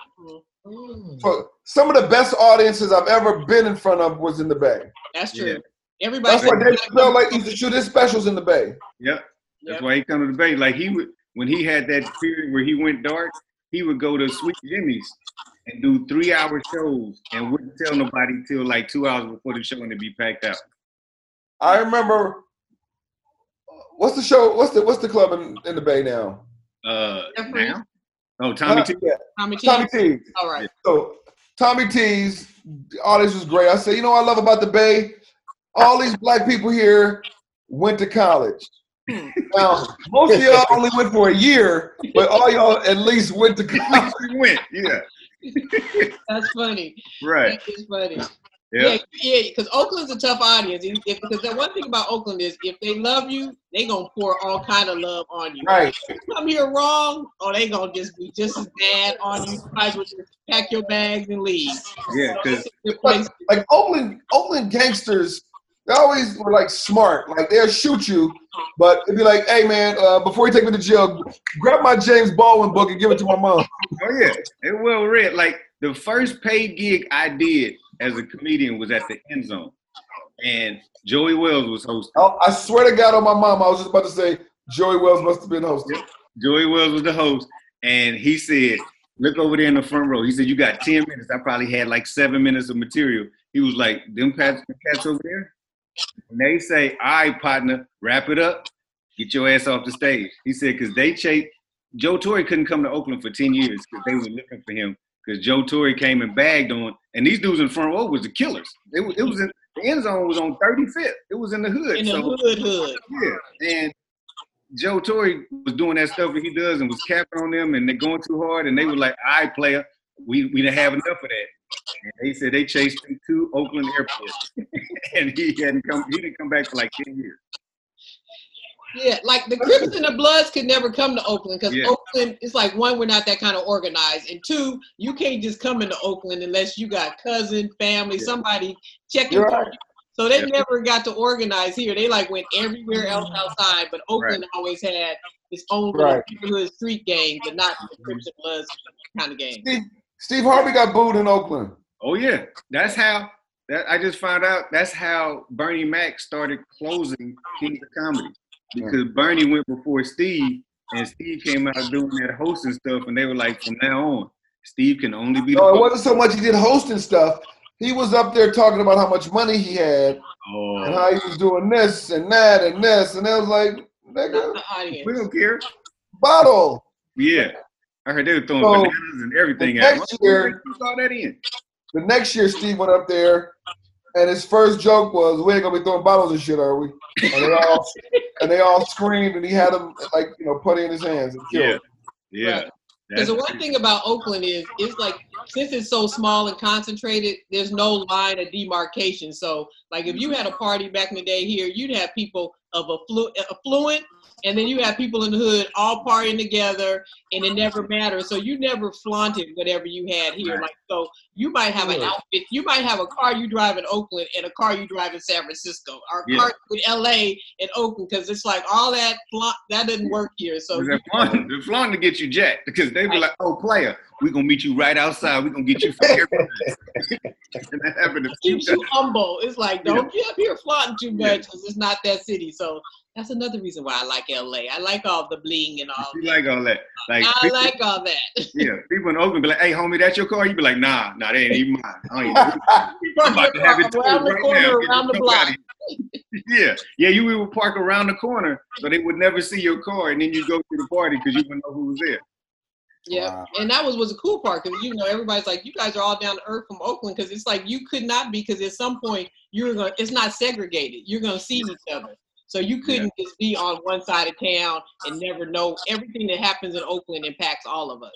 S3: Mhm.
S2: So some of the best audiences I've ever been in front of was in the Bay.
S3: That's
S1: Yeah.
S3: true. Everybody
S2: That's why David
S3: said-
S2: Bell like used to shoot his specials in the Bay.
S1: Yep. That's
S3: Yep.
S1: why he come to the Bay. Like he would when he had that period where he went dark, he would go to Sweet Jimmy's and do three hour shows and wouldn't tell nobody till like two hours before the show and it'd be packed out.
S2: I remember. What's the show? What's the what's the club in, in the Bay now?
S1: Uh
S3: Jeffrey?
S1: now? Oh, Tommy
S2: Huh?
S1: T.
S2: Yeah,
S3: Tommy T.
S2: Tommy T.
S3: All right.
S2: So Tommy T's the audience was great. I said, you know what I love about the Bay? All these black people here went to college. Now, most of y'all only went for a year, but all y'all at least went to college.
S1: He went. Yeah.
S3: That's funny.
S1: Right.
S3: That is funny.
S1: Yeah.
S3: Yeah, yeah, because Oakland's a tough audience. If- if- because the one thing about Oakland is if they love you, they gonna pour all kind of love on you.
S2: Right.
S3: You come here wrong, or they gonna just be just as bad on you. You might as well just pack your bags and leave.
S1: Yeah. Cause
S3: It's a good place.
S2: Like Oakland, Oakland gangsters, they always were like smart. Like they'll shoot you, but it'd be like, hey man, uh, before you take me to jail, grab my James Baldwin book and give it to my mom.
S1: oh yeah. It well read. Like the first paid gig I did as a comedian was at the end zone. And Joey Wells was hosting.
S2: I, I swear to God on my mom, I was just about to say Joey Wells must have been hosting.
S1: Joey Wells was the host, and he said, "Look over there in the front row." He said, "You got ten minutes." I probably had like seven minutes of material. He was like, "Them cats, them cats over there." And they say, "All right, partner, wrap it up. Get your ass off the stage." He said, "Cause they chase Joe Torre couldn't come to Oakland for ten years because they were looking for him." Because Joe Torre came and bagged on, and these dudes in front row was the killers. It was, it was in, the end zone was on 35th. It was in the hood.
S3: In
S1: so
S3: the hood, hood.
S1: yeah, and Joe Torre was doing that stuff that he does and was capping on them, and they're going too hard, and they were like, "All right, player, we we didn't have enough of that." And they said they chased him to Oakland Airport, and he hadn't come. He didn't come back for like ten years.
S3: Yeah, like the Crips and the Bloods could never come to Oakland because
S1: Yeah.
S3: Oakland, it's like one, we're not that kind of organized, and two, you can't just come into Oakland unless you got cousin, family,
S1: Yeah.
S3: somebody checking.
S2: You're
S3: for
S2: right.
S3: you. So they
S1: Yeah.
S3: never got to organize here. They like went everywhere else outside, but Oakland always had its own little
S2: Mm. Right.
S3: neighborhood street gang, but not
S1: Mm-hmm.
S3: the Crips and Bloods kind of gang.
S2: Steve, Steve Harvey got booed in Oakland.
S1: Oh yeah, that's how. That I just found out. That's how Bernie Mac started closing Kings of Comedy because Bernie went before Steve, and Steve came out doing that hosting stuff, and they were like, "From now on, Steve can only be the."
S2: No, it
S1: host."
S2: wasn't so much he did hosting stuff. He was up there talking about how much money he had
S1: Oh.
S2: and how he was doing this and that and this, and I was like,
S3: Not
S2: nigga,
S3: the audience.
S1: We don't care.
S2: bottle.
S1: Yeah. I heard they were throwing
S2: So,
S1: bananas and everything
S2: the
S1: at
S2: next
S1: us.
S2: year-
S1: all that in.
S2: The next year, Steve went up there, and his first joke was, "We ain't gonna be throwing bottles and shit, are we?" And they all and they all screamed, and he had him like you know putty in his hands and killed.
S1: Yeah.
S2: him.
S1: Yeah.
S3: Right. Because the one thing about Oakland is, it's like since it's so small and concentrated, there's no line of demarcation. So, like if
S1: Mm-hmm.
S3: you had a party back in the day here, you'd have people of afflu- affluent, and then you have people in the hood all partying together, and it never mattered. So you never flaunted whatever you had here.
S1: Right.
S3: Like so, you might have an outfit, you might have a car you drive in Oakland and a car you drive in San Francisco, or a
S1: Yeah.
S3: car in L.A. and Oakland, because it's like all that flaunt that doesn't work here. So
S1: Because
S3: you
S1: they're flaunting, they're flaunting to get you jacked because they be like, oh, player, we're going to meet you right outside. We're going to get you from everything. and that happened a few
S3: keeps you
S1: times.
S3: humble. It's like don't get up here flaunting too much because it's not that city. So that's another reason why I like LA. I like all the bling and all.
S1: You like all that. Like,
S3: I
S1: people,
S3: like all that.
S1: yeah, people in Oakland be like, hey, homie, that's your car? You be like, nah, nah, that ain't even mine. I ain't I'm about to have it towed
S3: around the
S1: right
S3: corner,
S1: now. Get
S3: around the
S1: fuck
S3: block.
S1: outta here. yeah, yeah, you would park around the corner so they would never see your car and then you go to the party because you wouldn't know who was there.
S3: Yeah,
S6: Wow.
S3: and that was was a cool part because you know everybody's like, you guys are all down to earth from Oakland because it's like you could not be because at some point you're gonna it's not segregated. You're gonna see each other, so you couldn't just be on one side of town and never know everything that happens in Oakland impacts all of us.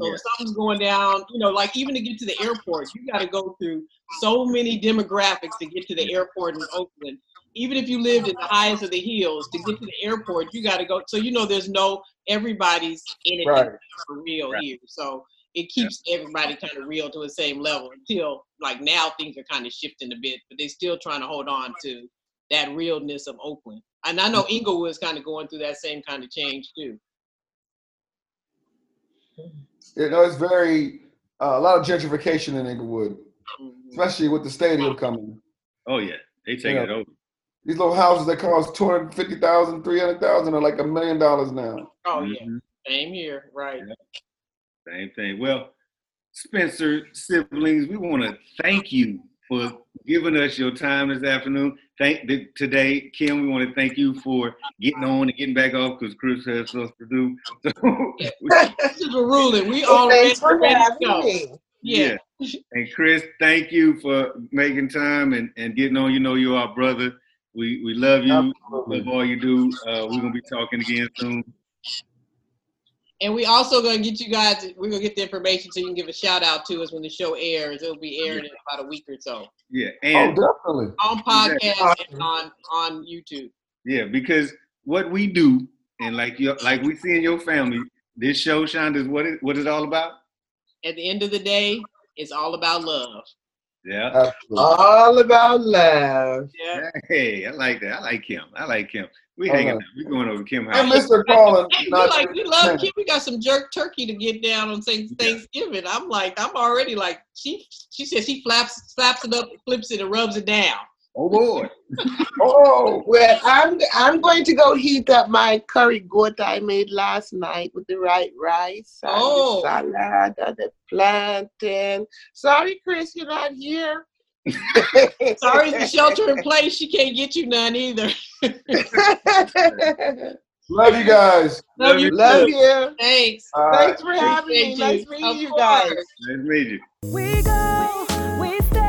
S3: So
S6: Yeah.
S3: if something's going down, you know, like even to get to the airport, you got to go through so many demographics to get to the airport in Oakland. Even if you lived in the highest of the hills, to get to the airport, you got to go. So you know, there's no everybody's in it
S2: Right.
S3: for real
S6: Right.
S3: here. So it keeps everybody kind of real to the same level until like now things are kind of shifting a bit, but they're still trying to hold on to that realness of Oakland. And I
S6: Mm-hmm.
S3: know Inglewood's kind of going through that same kind of change too.
S2: You know, it's very uh, a lot of gentrification in Inglewood,
S3: Mhm.
S2: especially with the stadium coming.
S1: Oh yeah, they taking
S2: Yeah.
S1: it over.
S2: These little houses that cost 250000 300000 are like a million dollars now.
S3: Oh
S6: Mm-hmm.
S3: yeah,
S1: Mhm.
S3: same here, right?
S1: Same thing. Well, Spencer siblings, we want to thank you for giving us your time this afternoon. Thank th- today, Kim. We want to thank you for getting on and getting back off because Chris has stuff to do. So,
S3: Yeah.
S1: yeah.
S3: This is a ruling. We all
S4: Thanks for
S3: ready to
S4: having
S3: go.
S4: me.
S3: Yeah.
S1: And Chris, thank you for making time and, and getting on. You know you're our brother. We we love you. Love all you do. Uh, we're gonna be talking again soon.
S3: And we also gonna get you guys. We're gonna get the information so you can give a shout out to us when the show airs. It'll be airing in about a week or so
S1: Yeah.
S2: Oh,
S1: And
S2: definitely.
S3: on podcast
S4: Exactly.
S3: and on on YouTube.
S1: Yeah, because what we do, and like you, like we see in your family, this show, Shonda, is what it, what it's all about.
S3: At the end of the day, it's all about love.
S1: Yeah.
S2: Absolutely.
S4: All about love.
S3: Yeah.
S1: Hey, I like that. I like Kim. I like Kim. We hanging
S2: Uh-huh.
S1: out. We going over to Kim
S2: I
S1: house.
S2: missed her calling.
S3: Hey, we
S2: Not-
S3: like we love Kim. We got some jerk turkey to get down on Thanks- Thanksgiving. I'm like, I'm already like she. She said she flaps slaps it up, flips it, and rubs it down.
S1: Oh boy.
S2: Oh,
S4: Well, I'm I'm going to go heat up my curry gota I made last night with the right rice and
S3: Oh.
S4: the salad and the plantain. Sorry, Chris, you're not here.
S3: Sorry, it's the shelter in place. She can't get you none either.
S2: love you guys.
S3: Love you.
S4: Love you.
S3: Thanks.
S2: All right.
S4: Thanks for having me.
S3: Thank
S4: Nice
S3: you.
S4: meeting
S3: Of
S4: you
S3: course.
S4: guys.
S1: Nice to meet you.
S7: We go, we stay.